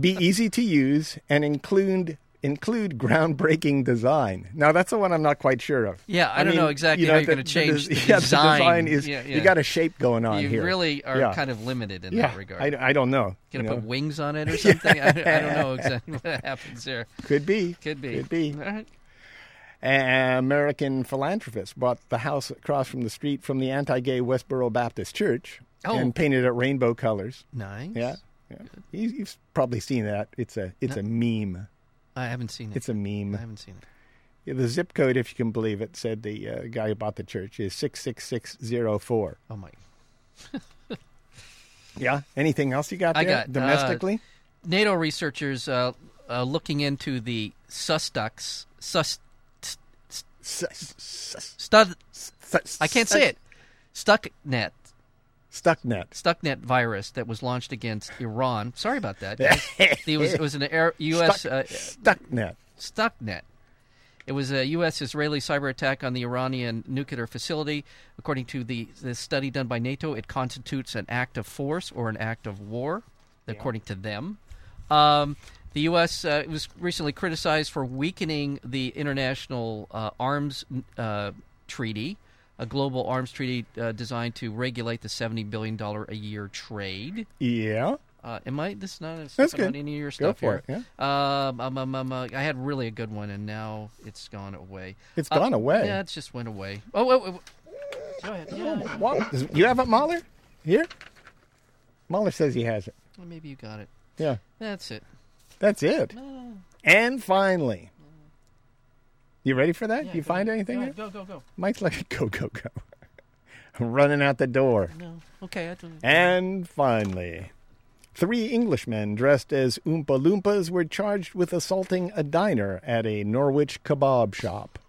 A: be easy to use and include include groundbreaking design now that's the one i'm not quite sure of
B: Yeah, I don't know exactly how you're
A: the-
B: gonna change
A: des-
B: the
A: yeah,
B: design.
A: design is
B: Yeah,
A: you
B: yeah.
A: got a shape going on
B: You
A: here
B: really are
A: Yeah.
B: kind of limited in
A: yeah
B: that regard.
A: I, I don't know
B: Gonna
A: you
B: put
A: know.
B: wings on it or something? I, I don't know exactly what happens there.
A: could be
B: Could be.
A: could be
B: All right.
A: An American philanthropist bought the house across from the street from the anti-gay Westboro Baptist Church
B: Oh.
A: and painted it rainbow colors.
B: Nice.
A: Yeah, yeah. You, you've probably seen that. It's a it's a meme.
B: I haven't seen it.
A: It's a
B: I
A: meme.
B: haven't seen it.
A: The zip code, if you can believe it, said the uh, guy who bought the church is six six six zero four.
B: Oh my.
A: Yeah. Anything else you got
B: I
A: there
B: got, uh,
A: domestically?
B: NATO researchers uh, uh, looking into the Sustucks. Sus. st-
A: Sus- sus-
B: Stud.
A: sus-
B: I can't say it. Stucknet.
A: Stucknet.
B: Stuxnet virus that was launched against Iran. Sorry about that. guys. it, was, it was an air, U.S.
A: Stuck-
B: uh,
A: Stucknet.
B: Stuxnet. It was a U.S. Israeli cyber attack on the Iranian nuclear facility. According to the, the study done by NATO, it constitutes an act of force or an act of war, according to them. Um, the U.S. Uh, was recently criticized for weakening the international uh, arms uh, treaty, a global arms treaty uh, designed to regulate the $70 billion a year trade.
A: Yeah.
B: Uh, am I? This is not. It's
A: That's
B: not
A: good.
B: any of your
A: Go
B: stuff
A: for
B: here.
A: it,
B: Um, um, um, um, uh, I had really a good one, and now it's gone away.
A: It's
B: Uh,
A: gone away.
B: Yeah, it just went away. Oh, wait, wait, wait. go ahead. Yeah,
A: What? Does- You have it, Mahler? Here? Mahler says he has it.
B: well, maybe you got it.
A: Yeah,
B: That's it.
A: that's it. And finally, you ready for that?
B: Yeah,
A: you
B: go
A: find
B: ahead.
A: anything?
B: Go,
A: there?
B: ahead. go, go, go.
A: Mike's like, go, go, go. I'm running out the door.
B: No. Okay. I don't...
A: And finally, three Englishmen dressed as Oompa Loompas were charged with assaulting a diner at a Norwich kebab shop.